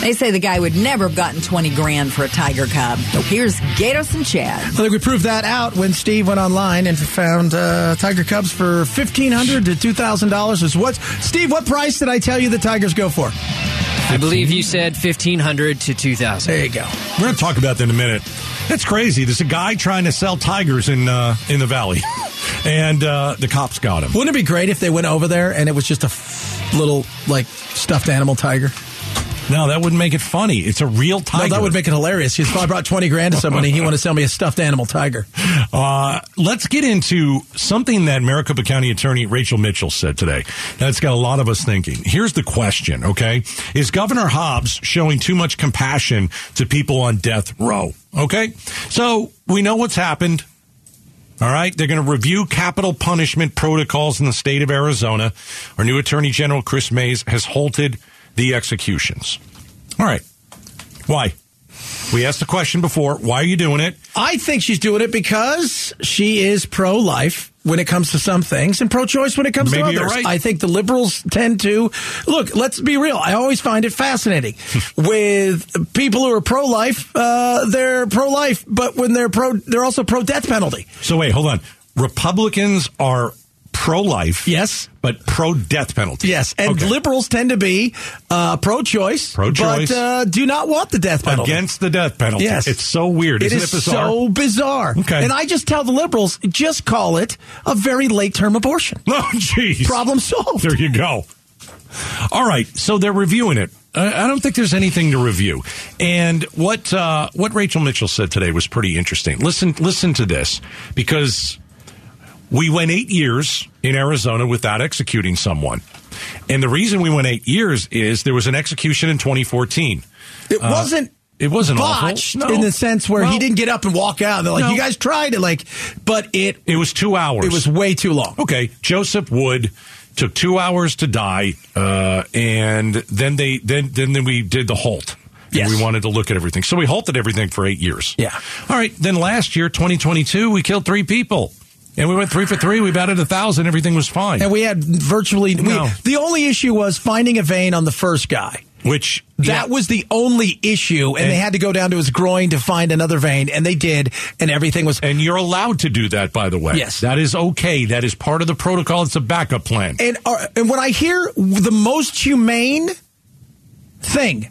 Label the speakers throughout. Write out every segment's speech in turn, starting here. Speaker 1: They say the guy would never have gotten 20 grand for a tiger cub. Here's Gatos and Chad.
Speaker 2: I think we proved that out when Steve went online and found uh, tiger cubs for fifteen hundred to two thousand dollars. Is what Steve? What price did I tell you the tigers go for?
Speaker 3: I believe you said fifteen hundred to two thousand.
Speaker 2: There you go.
Speaker 4: We're going to talk about that in a minute. That's crazy. There's a guy trying to sell tigers in uh, in the valley, and uh, the cops got him.
Speaker 2: Wouldn't it be great if they went over there and it was just a f- little like stuffed animal tiger?
Speaker 4: No, that wouldn't make it funny. It's a real tiger.
Speaker 2: No, that would make it hilarious. If I brought twenty grand to somebody, he wanted to sell me a stuffed animal tiger.
Speaker 4: Uh, let's get into something that Maricopa County Attorney Rachel Mitchell said today. That's got a lot of us thinking. Here's the question, okay? Is Governor Hobbs showing too much compassion to people on death row? Okay? So we know what's happened. All right. They're going to review capital punishment protocols in the state of Arizona. Our new Attorney General, Chris Mays, has halted the executions. All right. Why? We asked the question before. Why are you doing it?
Speaker 2: I think she's doing it because she is pro life when it comes to some things and pro choice when it comes
Speaker 4: Maybe
Speaker 2: to
Speaker 4: you're
Speaker 2: others.
Speaker 4: right.
Speaker 2: I think the liberals tend to look, let's be real. I always find it fascinating with people who are pro life, uh, they're pro life, but when they're pro, they're also pro death penalty.
Speaker 4: So wait, hold on. Republicans are pro-life,
Speaker 2: Yes.
Speaker 4: but pro-death penalty.
Speaker 2: Yes. And
Speaker 4: Okay.
Speaker 2: liberals tend to be uh, pro choice,
Speaker 4: Pro-choice.
Speaker 2: but uh, do not want the death penalty.
Speaker 4: against the death penalty.
Speaker 2: Yes.
Speaker 4: it's so weird.
Speaker 2: It
Speaker 4: Isn't
Speaker 2: is
Speaker 4: it bizarre?
Speaker 2: so bizarre.
Speaker 4: Okay.
Speaker 2: And I just tell the liberals, just call it a very late term abortion.
Speaker 4: oh, jeez.
Speaker 2: Problem solved.
Speaker 4: There you go. All right, so they're reviewing it. I I don't think there's anything to review. And what uh, what Rachel Mitchell said today was pretty interesting. Listen, listen to this because we went eight years in Arizona without executing someone, and the reason we went eight years is there was an execution in 2014.
Speaker 2: It wasn't.
Speaker 4: It wasn't uh, awful.
Speaker 2: botched
Speaker 4: No.
Speaker 2: in the sense where
Speaker 4: Well-
Speaker 2: he didn't get up and walk out. They're like,
Speaker 4: No.
Speaker 2: you guys tried it, like, but it
Speaker 4: It was two hours.
Speaker 2: it was way too long.
Speaker 4: okay. Joseph Wood took two hours to die, uh, and then they then then then we did the halt. And
Speaker 2: Yes.
Speaker 4: we wanted to look at everything, so we halted everything for eight years.
Speaker 2: Yeah.
Speaker 4: All right. Then last year, 2022, we killed three people, and we went three for three. We batted a thousand. Everything was fine.
Speaker 2: And we had virtually we-
Speaker 4: No.
Speaker 2: the only issue was finding a vein on the first guy.
Speaker 4: Which
Speaker 2: That
Speaker 4: yeah.
Speaker 2: was the only issue, and,
Speaker 4: And-
Speaker 2: they had to go down to his groin to find another vein, and they did, and everything was.
Speaker 4: And you're allowed to do that, by the way.
Speaker 2: Yes.
Speaker 4: That is okay. That is part of the protocol. It's a backup plan.
Speaker 2: And uh, and when I hear the most humane thing,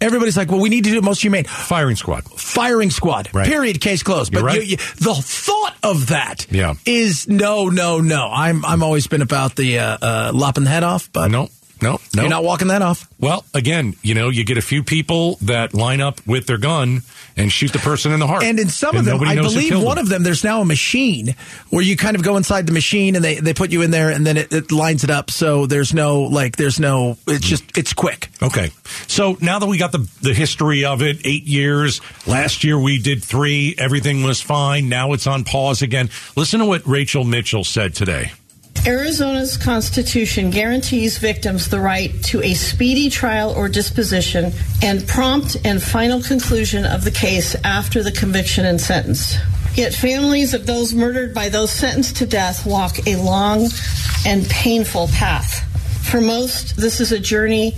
Speaker 2: everybody's like, "Well, we need to do the most humane."
Speaker 4: Firing squad.
Speaker 2: firing squad.
Speaker 4: Right.
Speaker 2: Period. Case closed.
Speaker 4: You're
Speaker 2: But
Speaker 4: right.
Speaker 2: you, you, the thought of that is
Speaker 4: Yeah.
Speaker 2: no, no, no. I'm I'm always been about the uh, uh, lopping the head off, but
Speaker 4: No, no, no.
Speaker 2: you're not walking that off.
Speaker 4: Well, again, you know, you get a few people that line up with their gun and shoot the person in the heart.
Speaker 2: And in some of them,
Speaker 4: nobody
Speaker 2: I
Speaker 4: knows who
Speaker 2: believe
Speaker 4: killed
Speaker 2: one
Speaker 4: them.
Speaker 2: of them, there's now a machine where you kind of go inside the machine and they, they put you in there and then it, it lines it up. So there's no, like, there's no, it's just, it's quick.
Speaker 4: Okay. So now that we got the, the history of it, eight years, last year we did three, everything was fine. Now it's on pause again. Listen to what Rachel Mitchell said today.
Speaker 5: Arizona's Constitution guarantees victims the right to a speedy trial or disposition and prompt and final conclusion of the case after the conviction and sentence. Yet families of those murdered by those sentenced to death walk a long and painful path. For most, this is a journey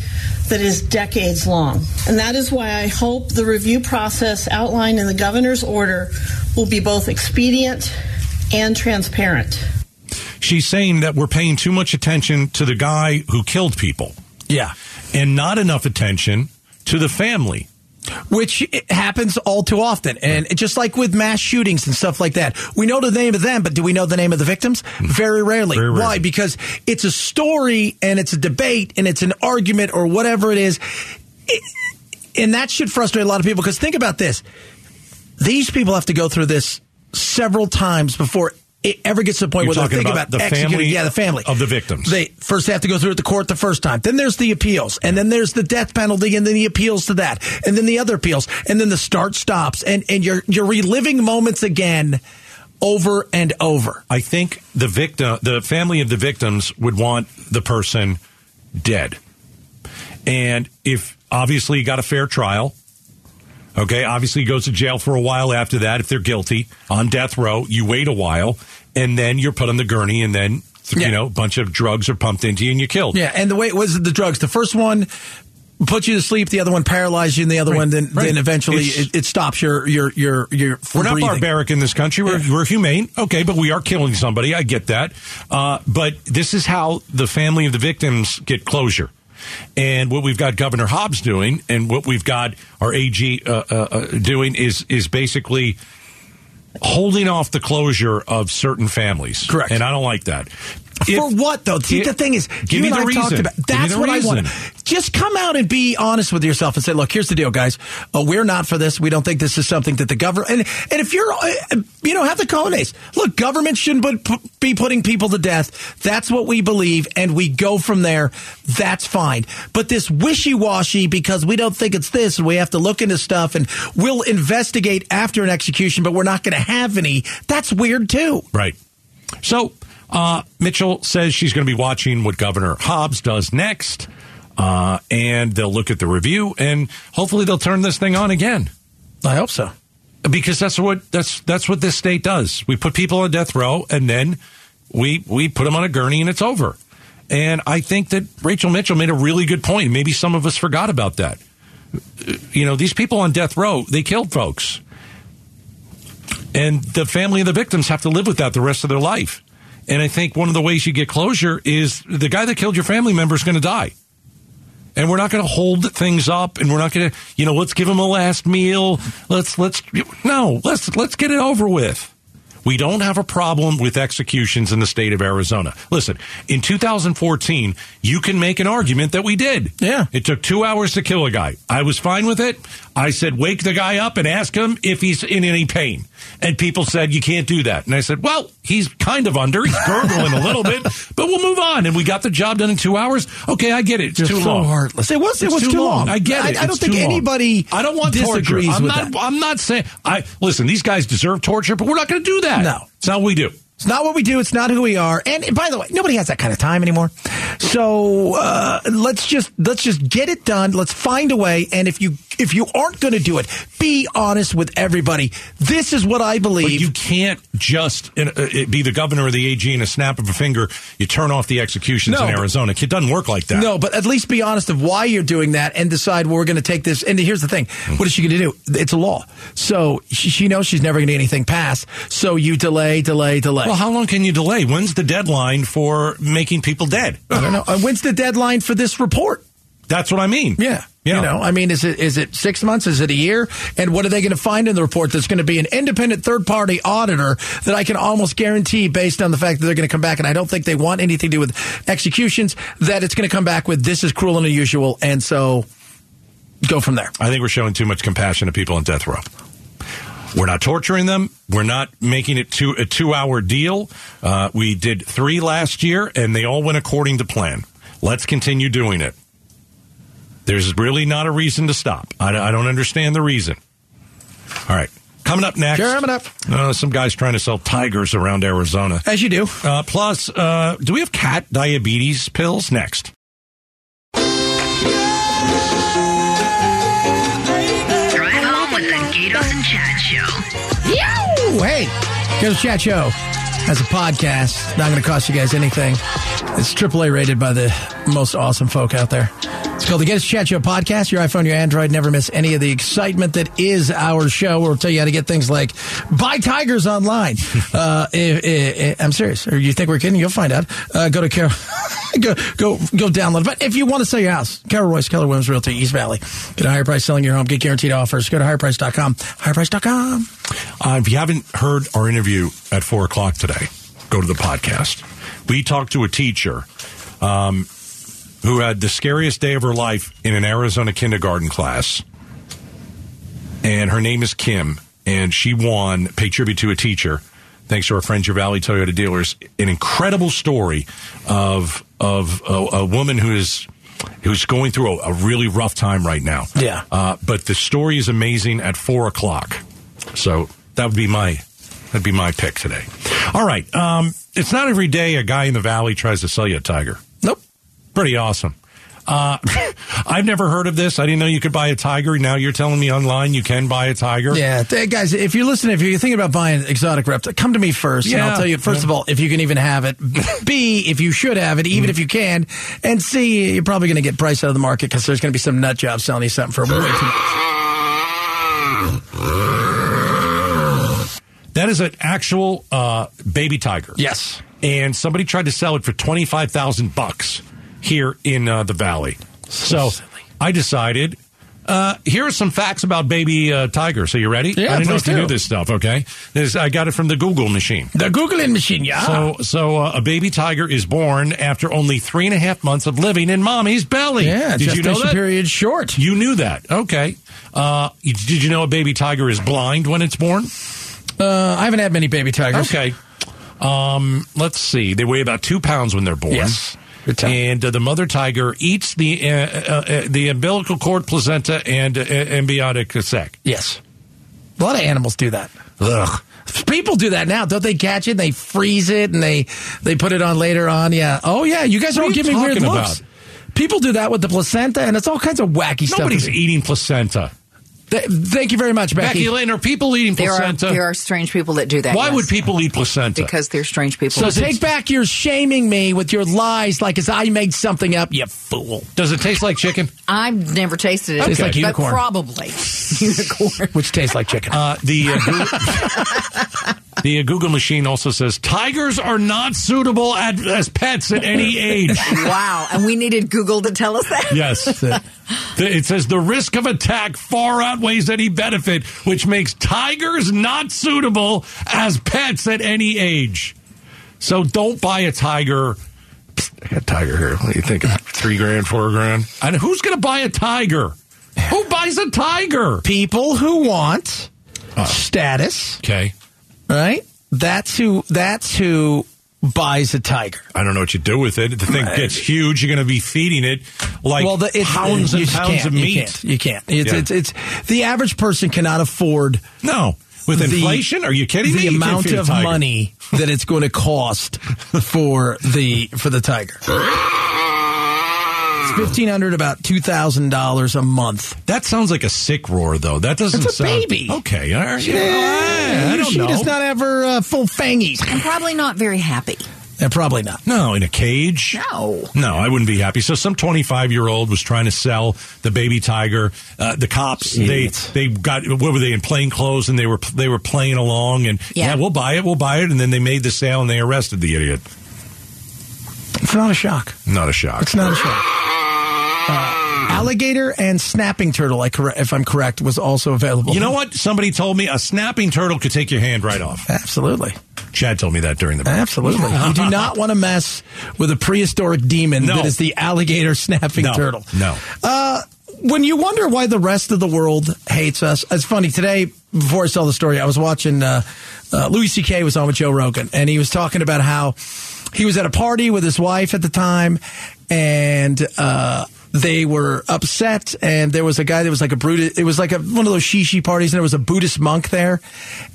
Speaker 5: that is decades long. And that is why I hope the review process outlined in the governor's order will be both expedient and transparent.
Speaker 4: She's saying that we're paying too much attention to the guy who killed people
Speaker 2: Yeah.
Speaker 4: and not enough attention to the family.
Speaker 2: Which it happens all too often. And just like with mass shootings and stuff like that, we know the name of them, but do we know the name of the victims? Very rarely.
Speaker 4: Hmm. Very rarely.
Speaker 2: Why? Because it's a story and it's a debate and it's an argument or whatever it is. It- and that should frustrate a lot of people because think about this these people have to go through this several times before it ever gets to the point
Speaker 4: You're
Speaker 2: where they're
Speaker 4: talking
Speaker 2: thinking
Speaker 4: about
Speaker 2: about,
Speaker 4: the
Speaker 2: executing.
Speaker 4: family
Speaker 2: yeah, the family
Speaker 4: of the victims.
Speaker 2: They first have to go through it the court the first time. Then there's the appeals, and then there's the death penalty, and then the appeals to that, and then the other appeals, and then the start stops, and and you're you're reliving moments again, over and over.
Speaker 4: I think the victim, the family of the victims, would want the person dead. And if obviously he got a fair trial, okay, obviously he goes to jail for a while after that. If they're guilty on death row, you wait a while, and then you're put on the gurney, and then
Speaker 2: Yeah.
Speaker 4: you know a bunch of drugs are pumped into you, and you're killed.
Speaker 2: Yeah, and the way it was the drugs. The first one puts you to sleep, the other one paralyzes you, and the other
Speaker 4: Right,
Speaker 2: one then,
Speaker 4: right.
Speaker 2: then eventually
Speaker 4: It's-
Speaker 2: it, it stops your your your your.
Speaker 4: We're not
Speaker 2: breathing.
Speaker 4: barbaric in this country. We're, we're humane. Okay, but we are killing somebody. I get that. Uh, but this is how the family of the victims get closure. And what we've got Governor Hobbs doing, and what we've got our AG uh, uh, uh, doing, is is basically holding off the closure of certain families.
Speaker 2: Correct.
Speaker 4: And I don't like that.
Speaker 2: For
Speaker 4: If-
Speaker 2: what though? See,
Speaker 4: If-
Speaker 2: the thing is,
Speaker 4: give
Speaker 2: you
Speaker 4: me
Speaker 2: and
Speaker 4: the
Speaker 2: I
Speaker 4: reason.
Speaker 2: talked about.
Speaker 4: Give me
Speaker 2: That's
Speaker 4: the
Speaker 2: what I want.
Speaker 4: reason.
Speaker 2: Just come out and be honest with yourself and say, "Look, here's the deal, guys. Uh, we're not for this. We don't think this is something that the government and and if you're, uh, you know, have the cojones. Look, government shouldn't put, pu- be putting people to death. That's what we believe, and we go from there. That's fine. But this wishy washy because we don't think it's this, and we have to look into stuff, and we'll investigate after an execution, but we're not going to have any. That's weird too.
Speaker 4: Right. So uh, Mitchell says she's going to be watching what Governor Hobbs does next, uh, and they'll look at the review, and hopefully they'll turn this thing on again
Speaker 2: I hope so.
Speaker 4: because that's what that's that's what this state does. We put people on death row, and then we we put them on a gurney, and it's over. And I think that Rachel Mitchell made a really good point. Maybe some of us forgot about that. You know, these people on death row, they killed folks. And the family of the victims have to live with that the rest of their life. And I think one of the ways you get closure is the guy that killed your family member is going to die. And we're not going to hold things up and we're not going to, you know, let's give him a last meal. Let's let's no, let's let's get it over with. We don't have a problem with executions in the state of Arizona. Listen, in 2014, you can make an argument that we did.
Speaker 2: Yeah.
Speaker 4: It took 2 hours to kill a guy. I was fine with it. I said wake the guy up and ask him if he's in any pain. And people said you can't do that. And I said, "Well, he's kind of under. He's gurgling a little bit, but we'll move on." And we got the job done in 2 hours. Okay, I get it. It's
Speaker 2: Just
Speaker 4: too
Speaker 2: so
Speaker 4: long.
Speaker 2: heartless. It was- it
Speaker 4: It's
Speaker 2: was too long.
Speaker 4: I get
Speaker 2: I-
Speaker 4: it.
Speaker 2: I don't
Speaker 4: It's
Speaker 2: think
Speaker 4: too long.
Speaker 2: anybody
Speaker 4: I don't want
Speaker 2: disagrees
Speaker 4: torture. I'm
Speaker 2: with
Speaker 4: not.
Speaker 2: that.
Speaker 4: I'm not saying. I listen. These guys deserve torture, but we're not going to do that.
Speaker 2: No.
Speaker 4: it's not what we do.
Speaker 2: It's not what we do. It's not who we are. And by the way, nobody has that kind of time anymore. So uh, let's just let's just get it done. Let's find a way. And if you if you aren't going to do it, be honest with everybody. This is what I
Speaker 4: But
Speaker 2: believe.
Speaker 4: you can't just uh, uh, be the governor of the AG in a snap of a finger. You turn off the executions
Speaker 2: No.
Speaker 4: in Arizona. It doesn't work like that.
Speaker 2: No, but at least be honest of why you're doing that and decide well, we're going to take this. And here's the thing: what is she going to do? It's a law, so she, she knows she's never going to get anything passed. So you delay, delay, delay.
Speaker 4: Well, how long can you delay? When's the deadline for making people dead?
Speaker 2: I don't know. And when's the deadline for this report?
Speaker 4: That's what I mean.
Speaker 2: Yeah.
Speaker 4: Yeah.
Speaker 2: You know, I mean, is it is it six months? Is it a year? And what are they going to find in the report that's going to be an independent third party auditor that I can almost guarantee, based on the fact that they're going to come back, and I don't think they want anything to do with executions, that it's going to come back with this is cruel and unusual. And so go from there.
Speaker 4: I think we're showing too much compassion to people on death row. We're not torturing them. We're not making it two, a two hour deal. Uh, we did three last year, and they all went according to plan. Let's continue doing it. There's really not a reason to stop. I, I don't understand the reason. All right. Coming up next.
Speaker 2: Coming up.
Speaker 4: Uh, some guy's trying to sell tigers around Arizona.
Speaker 2: As you do.
Speaker 4: Uh, plus, uh, do we have cat diabetes pills next?
Speaker 6: Drive home with the Gatos and Chad Show.
Speaker 2: Yo! Hey, here's Chat Show. As a podcast, not going to cost you guys anything. It's AAA rated by the most awesome folk out there. It's called the Get Us Chat Show podcast. Your iPhone, your Android, never miss any of the excitement that is our show. We'll tell you how to get things like buy tigers online. uh, eh, eh, eh, I'm serious. Or you think we're kidding? You'll find out. Uh, go to Carol. go go go download. But if you want to sell your house, Carol Royce, Keller Williams Realty, East Valley, get a higher price selling your home. Get guaranteed offers. Go to higherprice.com. Higherprice.com.
Speaker 4: Uh, if you haven't heard our interview at four o'clock today, go to the podcast. We talked to a teacher um, who had the scariest day of her life in an Arizona kindergarten class, and her name is Kim, and she won. Pay tribute to a teacher. Thanks to our friends, your Valley Toyota dealers, an incredible story of of a, a woman who is who's going through a, a really rough time right now.
Speaker 2: Yeah.
Speaker 4: Uh, but the story is amazing at four o'clock. So that would be my that'd be my pick today. All right. Um, it's not every day a guy in the valley tries to sell you a tiger.
Speaker 2: Nope.
Speaker 4: Pretty awesome. Uh, I've never heard of this. I didn't know you could buy a tiger. Now you're telling me online you can buy a tiger.
Speaker 2: Yeah, th- guys, if you're listening, if you're thinking about buying exotic reptiles, come to me first, and
Speaker 4: Yeah.
Speaker 2: I'll tell you, first of all, if you can even have it, B, if you should have it, even
Speaker 4: Mm-hmm.
Speaker 2: if you can, and C, you're probably going to get priced out of the market because there's going to be some nut job selling you something for way too much.
Speaker 4: That is an actual uh, baby tiger.
Speaker 2: Yes.
Speaker 4: And somebody tried to sell it for 25,000 bucks here in uh, the valley. So I decided uh, here are some facts about baby uh, tigers. Are you ready?
Speaker 2: Yeah,
Speaker 4: I didn't know
Speaker 2: please
Speaker 4: if you
Speaker 2: do.
Speaker 4: knew this stuff, okay? This, I got it from the Google machine.
Speaker 2: The Googling machine, yeah.
Speaker 4: So, so uh, a baby tiger is born after only three and a half months of living in mommy's belly.
Speaker 2: yeah,
Speaker 4: did you know
Speaker 2: gestation
Speaker 4: that?
Speaker 2: period short.
Speaker 4: You knew that. Okay. Uh, you- did you know a baby tiger is blind when it's born?
Speaker 2: Uh, I haven't had many baby tigers.
Speaker 4: Okay. Um, let's see. They weigh about two pounds when they're born.
Speaker 2: Yes. Good time.
Speaker 4: And uh, the mother tiger eats the uh, uh, uh, the umbilical cord, placenta, and uh, amniotic sac.
Speaker 2: Yes. A lot of animals do that.
Speaker 4: Ugh.
Speaker 2: People do that now, don't they? Catch it, they freeze it, and they they put it on later on. Yeah. Oh yeah, you guys are all
Speaker 4: are you
Speaker 2: giving weird
Speaker 4: talking
Speaker 2: looks.
Speaker 4: about?
Speaker 2: People do that with the placenta, and it's all kinds of wacky
Speaker 4: Nobody's
Speaker 2: stuff.
Speaker 4: eating placenta.
Speaker 2: Th- thank you very much, Becky.
Speaker 4: Becky Lynn, are people eating
Speaker 1: There are,
Speaker 4: placenta?
Speaker 1: there are strange people that do that.
Speaker 4: Why
Speaker 1: yes.
Speaker 4: would people eat placenta?
Speaker 1: Because they're strange people.
Speaker 2: so take back your shaming me with your lies, like as I made something up. You fool.
Speaker 4: Does it taste like chicken?
Speaker 1: I've never tasted it.
Speaker 2: Tastes like
Speaker 1: but
Speaker 2: unicorn.
Speaker 1: Probably unicorn.
Speaker 2: Which tastes like chicken.
Speaker 4: Uh, the uh, Goo- the uh, Google machine also says tigers are not suitable at, as pets at any age.
Speaker 1: wow. And we needed Google to tell us that.
Speaker 4: Yes. The- it says the risk of attack far outweighs any benefit, which makes tigers not suitable as pets at any age. So don't buy a tiger. Psst, I got a tiger here. What do you think? Three grand, four grand. And who's going to buy a tiger? Who buys a tiger?
Speaker 2: People who want
Speaker 4: Oh.
Speaker 2: status,
Speaker 4: Okay.
Speaker 2: right? That's who. That's who buys a tiger.
Speaker 4: I don't know what you do with it. The thing gets huge. You're going to be feeding it like
Speaker 2: well, the, it's,
Speaker 4: pounds and
Speaker 2: you just
Speaker 4: pounds
Speaker 2: can't,
Speaker 4: of
Speaker 2: you
Speaker 4: meat.
Speaker 2: can't. You can't. It's,
Speaker 4: Yeah.
Speaker 2: it's, it's the average person cannot afford
Speaker 4: No. With
Speaker 2: the-
Speaker 4: inflation? Are you kidding
Speaker 2: the
Speaker 4: me? You can't
Speaker 2: amount
Speaker 4: feed a
Speaker 2: of
Speaker 4: tiger.
Speaker 2: money that it's going to cost for the for the tiger. It's fifteen hundred, about two thousand dollars a month.
Speaker 4: That sounds like a sick roar, though. That doesn't
Speaker 2: It's a
Speaker 4: sound
Speaker 2: baby.
Speaker 4: Okay, all right. I, I don't
Speaker 2: she
Speaker 4: know.
Speaker 2: does not have her uh, full fangies.
Speaker 1: I'm probably not very happy.
Speaker 2: Uh, probably not.
Speaker 4: no, in a cage.
Speaker 1: No.
Speaker 4: No, I wouldn't be happy. So, some 25 year old was trying to sell the baby tiger. Uh, the cops,
Speaker 2: Idiots.
Speaker 4: they they got what were they in plain clothes, and they were they were playing along, and
Speaker 1: Yeah.
Speaker 4: yeah, we'll buy it, we'll buy it, and then they made the sale and they arrested the idiot.
Speaker 2: It's not a shock.
Speaker 4: Not a shock.
Speaker 2: It's not a shock. Uh, alligator and snapping turtle, I corre- if I'm correct, was also available.
Speaker 4: You know what? Somebody told me a snapping turtle could take your hand right off.
Speaker 2: Absolutely.
Speaker 4: Chad told me that during the break.
Speaker 2: Absolutely. you do not want to mess with a prehistoric demon
Speaker 4: No.
Speaker 2: that is the alligator snapping
Speaker 4: No.
Speaker 2: turtle.
Speaker 4: No.
Speaker 2: Uh, when you wonder why the rest of the world hates us, it's funny. Today, before I tell the story, I was watching uh, uh, Louis C.K. was on with Joe Rogan, and he was talking about how he was at a party with his wife at the time, and uh, they were upset, and there was a guy that was like a Buddhist. It was like a, one of those shishi parties, and there was a Buddhist monk there,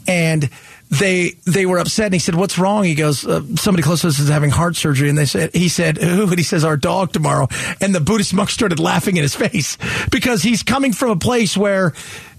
Speaker 2: and they they were upset and he said what's wrong he goes uh, somebody close to us is having heart surgery and they said he said who and he says our dog tomorrow and the buddhist monk started laughing in his face because he's coming from a place where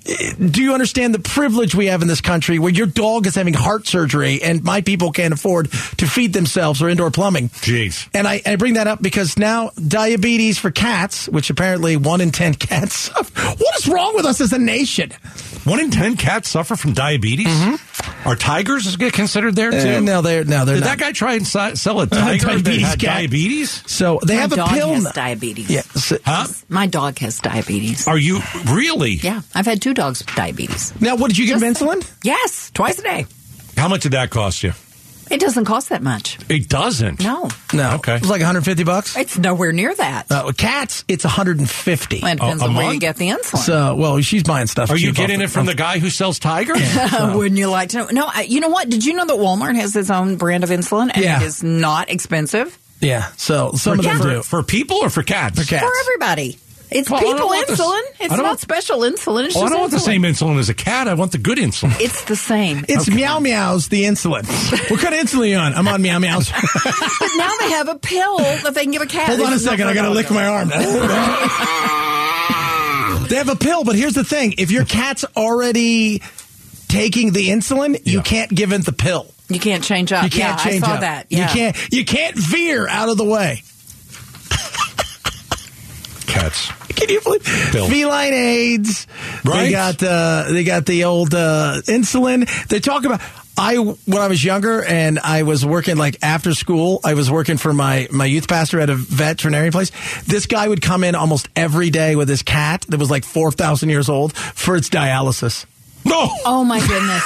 Speaker 2: eh, do you understand the privilege we have in this country where your dog is having heart surgery and my people can't afford to feed themselves or indoor plumbing
Speaker 4: Jeez.
Speaker 2: and I, I bring that up because now diabetes for cats which apparently one in ten cats suffer- what is wrong with us as a nation
Speaker 4: One in ten cats suffer from diabetes.
Speaker 2: Mm-hmm.
Speaker 4: Are tigers get considered there too?
Speaker 2: Eh, no they're no they're
Speaker 4: Did
Speaker 2: not.
Speaker 4: that guy try and si- sell a tiger
Speaker 2: Diabetes
Speaker 4: that had
Speaker 2: cat.
Speaker 4: diabetes?
Speaker 2: So they
Speaker 1: My
Speaker 2: have a
Speaker 1: dog
Speaker 2: pill.
Speaker 1: has
Speaker 2: now.
Speaker 1: diabetes.
Speaker 2: Yeah. so-
Speaker 4: Huh?
Speaker 1: My dog has diabetes.
Speaker 4: Are you really?
Speaker 1: Yeah. I've had two dogs with diabetes.
Speaker 2: now, what did you give him insulin?
Speaker 1: Yes. Twice a day.
Speaker 4: How much did that cost you?
Speaker 1: It doesn't cost that much.
Speaker 4: It doesn't.
Speaker 1: No.
Speaker 2: No.
Speaker 4: Okay.
Speaker 2: It was like 150 bucks.
Speaker 1: It's nowhere near that.
Speaker 2: Uh, with cats, it's 150.
Speaker 1: Well, it depends
Speaker 4: a
Speaker 1: on where you
Speaker 4: month?
Speaker 1: get the insulin.
Speaker 2: Uh, So, well, she's buying stuff.
Speaker 4: Are you
Speaker 2: cheap off
Speaker 4: getting
Speaker 2: the-
Speaker 4: it from the guy who sells tigers?
Speaker 1: Wouldn't you like to know? No, I, you know what? Did you know that Walmart has its own brand of insulin and
Speaker 2: Yeah.
Speaker 1: it is not expensive
Speaker 2: Yeah. So some of them
Speaker 4: for,
Speaker 2: do.
Speaker 4: for people or for cats?
Speaker 2: For cats.
Speaker 1: for everybody? It's
Speaker 4: Well, I don't
Speaker 1: people
Speaker 4: want this-
Speaker 1: insulin.
Speaker 4: I
Speaker 1: It's
Speaker 4: don't
Speaker 1: not
Speaker 4: want-
Speaker 1: special insulin. It's
Speaker 4: Oh, I
Speaker 1: just
Speaker 4: don't want the
Speaker 1: insulin.
Speaker 4: same insulin as a cat. I want the good insulin.
Speaker 1: It's the same.
Speaker 2: It's meow meows the insulin. what kind of insulin are you on? I'm on meow meows.
Speaker 1: But now they have a pill that they can give a cat.
Speaker 2: Hold
Speaker 1: This
Speaker 2: on a
Speaker 1: is not
Speaker 2: second. I got to
Speaker 1: for
Speaker 2: lick my arm. they have a pill, but here's the thing: if your cat's already taking the insulin, you
Speaker 4: Yeah.
Speaker 2: can't give it the pill.
Speaker 1: You can't change up.
Speaker 2: You can't
Speaker 1: yeah,
Speaker 2: change
Speaker 1: I saw
Speaker 2: up.
Speaker 1: that. Yeah.
Speaker 2: You can't. You can't veer out of the way.
Speaker 4: Cats.
Speaker 2: Can you believe
Speaker 4: Pill.
Speaker 2: feline aids? They
Speaker 4: Right.
Speaker 2: got uh, they got the old uh, insulin. They talk about. I when I was younger and I was working like after school, I was working for my my youth pastor at a veterinary place. This guy would come in almost every day with his cat that was like four thousand years old for its dialysis.
Speaker 4: No.
Speaker 1: Oh my goodness.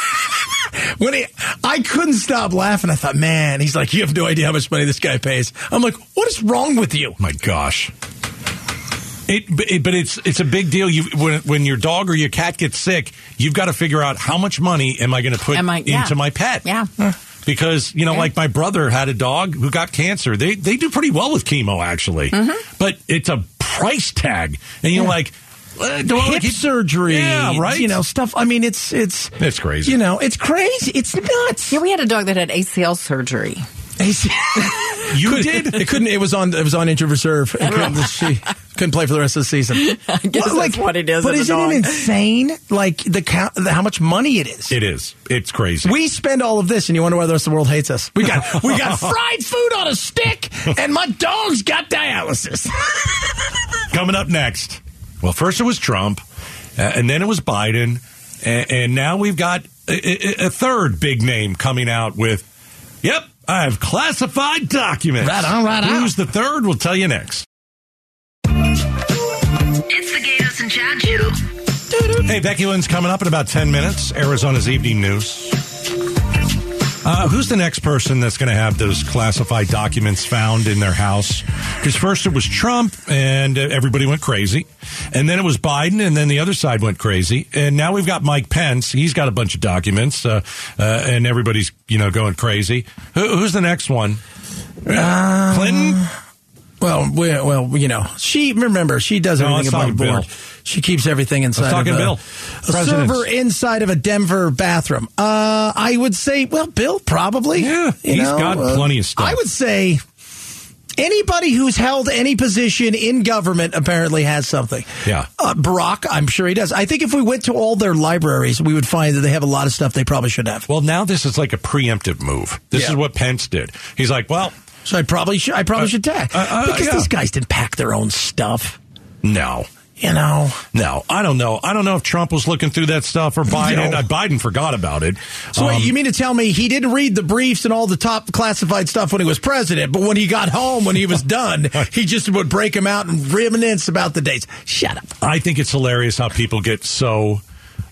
Speaker 2: When he, I couldn't stop laughing. I thought, man, he's like, you have no idea how much money this guy pays. I'm like, what is wrong with you?
Speaker 4: My gosh. It, but it, but it's it's a big deal. You when when your dog or your cat gets sick, you've got to figure out how much money am I going to put
Speaker 1: Am I- yeah.
Speaker 4: into my pet?
Speaker 1: Yeah.
Speaker 4: Because you know, like my brother had a dog who got cancer. They they do pretty well with chemo actually, but it's a price tag, and you're like, uh, do I wanna
Speaker 2: hip
Speaker 4: keep-
Speaker 2: surgery,
Speaker 4: Yeah, right.
Speaker 2: You know, stuff. I mean, it's it's
Speaker 4: It's crazy.
Speaker 2: You know, it's crazy. It's nuts.
Speaker 1: Yeah, we had a dog that had ACL surgery.
Speaker 4: you
Speaker 2: Couldn't-
Speaker 4: did.
Speaker 2: It couldn't. It was on. It was on injured reserve. It couldn't, she couldn't play for the rest of the season. I
Speaker 1: guess that's what it is
Speaker 2: But
Speaker 1: with a
Speaker 2: isn't
Speaker 1: dog.
Speaker 2: it insane? Like the, count, the how much money it is.
Speaker 4: It is. It's crazy.
Speaker 2: we spend all of this, and you wonder why the rest of the world hates us. We got we got fried food on a stick, and my dog's got dialysis.
Speaker 4: Coming up next. Well, first it was Trump, uh, and then it was Biden, and, and now we've got a, a, a third big name coming out with, yep, I have classified documents.
Speaker 2: Right on, right on.
Speaker 4: Who's the third? We'll tell you next.
Speaker 6: It's the Gatos and Chad Show.
Speaker 4: Hey, Becky Lynn's coming up in about 10 minutes, Arizona's Evening News. Uh, who's the next person that's going to have those classified documents found in their house? Because first it was Trump, and uh, everybody went crazy. And then it was Biden, and then the other side went crazy. And now we've got Mike Pence. He's got a bunch of documents, uh, uh, and everybody's, you know, going crazy. Who, who's the next one?
Speaker 2: Uh,
Speaker 4: Clinton?
Speaker 2: Well, we, well, you know, she remember she does
Speaker 4: No,
Speaker 2: everything
Speaker 4: let's talk
Speaker 2: above board.
Speaker 4: Bill.
Speaker 2: She keeps everything inside.
Speaker 4: talk
Speaker 2: of
Speaker 4: to
Speaker 2: a,
Speaker 4: Bill.
Speaker 2: A
Speaker 4: Presidents.
Speaker 2: server inside of a Denver bathroom. Uh, I would say, well, Bill probably.
Speaker 4: Yeah,
Speaker 2: he's
Speaker 4: he's got plenty of stuff.
Speaker 2: I would say anybody who's held any position in government apparently has something.
Speaker 4: Yeah.
Speaker 2: uh, Barack, I'm sure he does. I think if we went to all their libraries, we would find that they have a lot of stuff they probably should have.
Speaker 4: Well, now this is like a preemptive move. This
Speaker 2: Yeah.
Speaker 4: is what Pence did. He's like, well,
Speaker 2: So I probably should. I probably should tag
Speaker 4: uh, uh,
Speaker 2: because
Speaker 4: yeah.
Speaker 2: these guys didn't pack their own stuff.
Speaker 4: no.
Speaker 2: You know.
Speaker 4: No, I don't know. I don't know if Trump was looking through that stuff or Biden.
Speaker 2: No.
Speaker 4: Uh, Biden forgot about it.
Speaker 2: So
Speaker 4: Um,
Speaker 2: wait, you mean to tell me he didn't read the briefs and all the top classified stuff when he was president, but when he got home, when he was done, he just would break them out and reminisce about the dates. Shut up.
Speaker 4: I think it's hilarious how people get so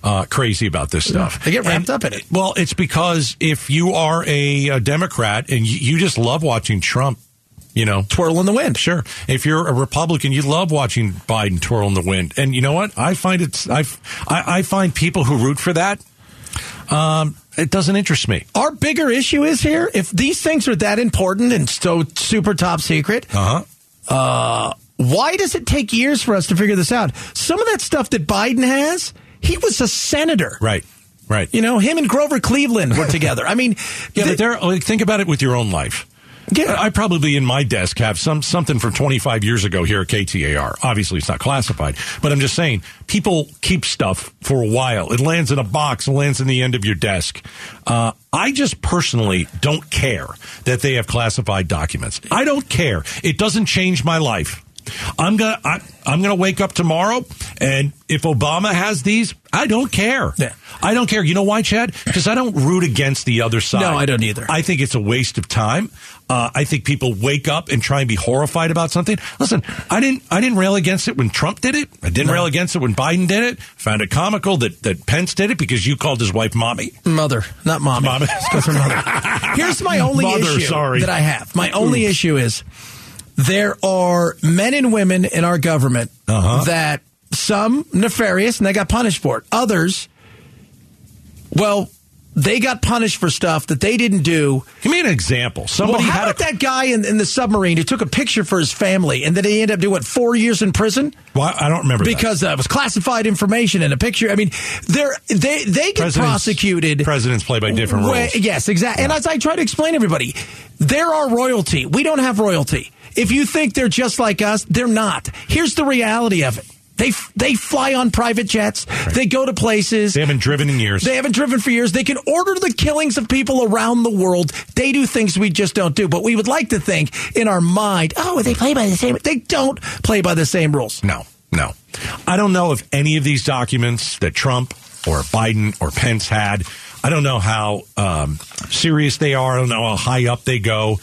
Speaker 4: uh, crazy about this stuff.
Speaker 2: They get wrapped up in it.
Speaker 4: Well, it's because if you are a, a Democrat and you, you just love watching Trump, you know,
Speaker 2: Twirl in the wind.
Speaker 4: Sure. If you're a Republican, you love watching Biden twirl in the wind. And you know what? I find it's I I, I find people who root for that. Um, it doesn't interest me.
Speaker 2: Our bigger issue is here if these things are that important and so super top secret, uh,
Speaker 4: Uh huh.
Speaker 2: why does it take years for us to figure this out? Some of that stuff that Biden has, he was a senator.
Speaker 4: Right. Right.
Speaker 2: You know, him and Grover Cleveland were together. I mean,
Speaker 4: Yeah,
Speaker 2: th-
Speaker 4: but there. Like, think about it with your own life.
Speaker 2: Yeah.
Speaker 4: I I probably in my desk have some something from 25 years ago here at KTAR. Obviously, it's not classified, but I'm just saying people keep stuff for a while. It lands in a box. It lands in the end of your desk. Uh, I just personally don't care that they have classified documents. I don't care. It doesn't change my life. I'm gonna I, I'm gonna wake up tomorrow, and if Obama has these, I don't care.
Speaker 2: Yeah.
Speaker 4: I don't care. You know why, Chad? Because I don't root against the other side.
Speaker 2: No, I don't either.
Speaker 4: I think it's a waste of time. Uh, I think people wake up and try and be horrified about something. Listen, I didn't. I didn't rail against it when Trump did it. I didn't rail against it when Biden did it. Found it comical that that Pence did it because you called his wife mommy.
Speaker 2: Mother, not mommy.
Speaker 4: Mommy.
Speaker 2: Let's go for mother. Here's my only
Speaker 4: Mother,
Speaker 2: issue
Speaker 4: sorry.
Speaker 2: that I have. My only issue is there are men and women in our government
Speaker 4: Uh-huh.
Speaker 2: that some nefarious and they got punished for it. Others, well, they got punished for stuff that they didn't do.
Speaker 4: Give me an example.
Speaker 2: Well,
Speaker 4: Somebody
Speaker 2: how
Speaker 4: had a,
Speaker 2: about that guy in, in the submarine who took a picture for his family and then he ended up doing what four years in prison
Speaker 4: Well, I don't remember that.
Speaker 2: because uh, it was classified information in a picture. I mean, they're, they they get
Speaker 4: Presidents-
Speaker 2: prosecuted.
Speaker 4: Presidents play by different
Speaker 2: Well,
Speaker 4: rules.
Speaker 2: Yes, exactly. And as I try to explain to everybody, they're our royalty. We don't have royalty. If you think they're just like us, they're not. Here's the reality of it. They f- they fly on private jets. They go to places.
Speaker 4: They haven't driven in years.
Speaker 2: They haven't driven for years. They can order the killings of people around the world. They do things we just don't do. But we would like to think in our mind, oh, they play by the same. They don't play by the same rules.
Speaker 4: No, no. I don't know if any of these documents that Trump or Biden or Pence had, I don't know how um, serious they are. I don't know how high up they go.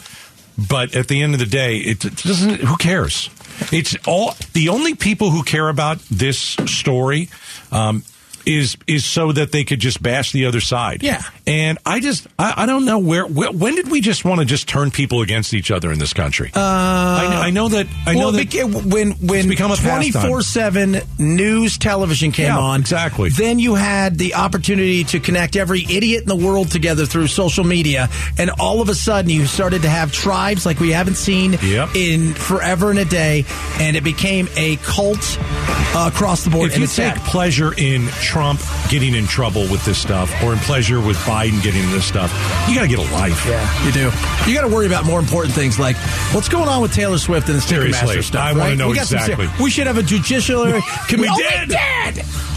Speaker 4: But at the end of the day, it, it doesn't. Who cares? It's all the only people who care about this story um, is is so that they could just bash the other side.
Speaker 2: Yeah.
Speaker 4: and I just I, I don't know where, where when did we just want to just turn people against each other in this country? Uh, I, I know that I know
Speaker 2: well,
Speaker 4: that
Speaker 2: beca- when when
Speaker 4: become a pastime.
Speaker 2: twenty four seven news television came
Speaker 4: Yeah,
Speaker 2: on,
Speaker 4: exactly.
Speaker 2: Then you had the opportunity to connect every idiot in the world together through social media, and all of a sudden you started to have tribes like we haven't seen
Speaker 4: Yep.
Speaker 2: in forever and a day, and it became a cult uh, across the board.
Speaker 4: If
Speaker 2: and
Speaker 4: you
Speaker 2: it's
Speaker 4: take
Speaker 2: sad.
Speaker 4: pleasure in Trump getting in trouble with this stuff, or in pleasure with Biden getting this stuff, you got to get a life.
Speaker 2: Yeah, you do. You got to worry about more important things like what's going on with Taylor Swift and the
Speaker 4: Seriously,
Speaker 2: Ticketmaster stuff.
Speaker 4: I wanna
Speaker 2: right?
Speaker 4: know
Speaker 2: We got some
Speaker 4: exactly.
Speaker 2: ser- we should have a judiciary. Can
Speaker 4: We
Speaker 2: Oh,
Speaker 4: did!
Speaker 2: We did.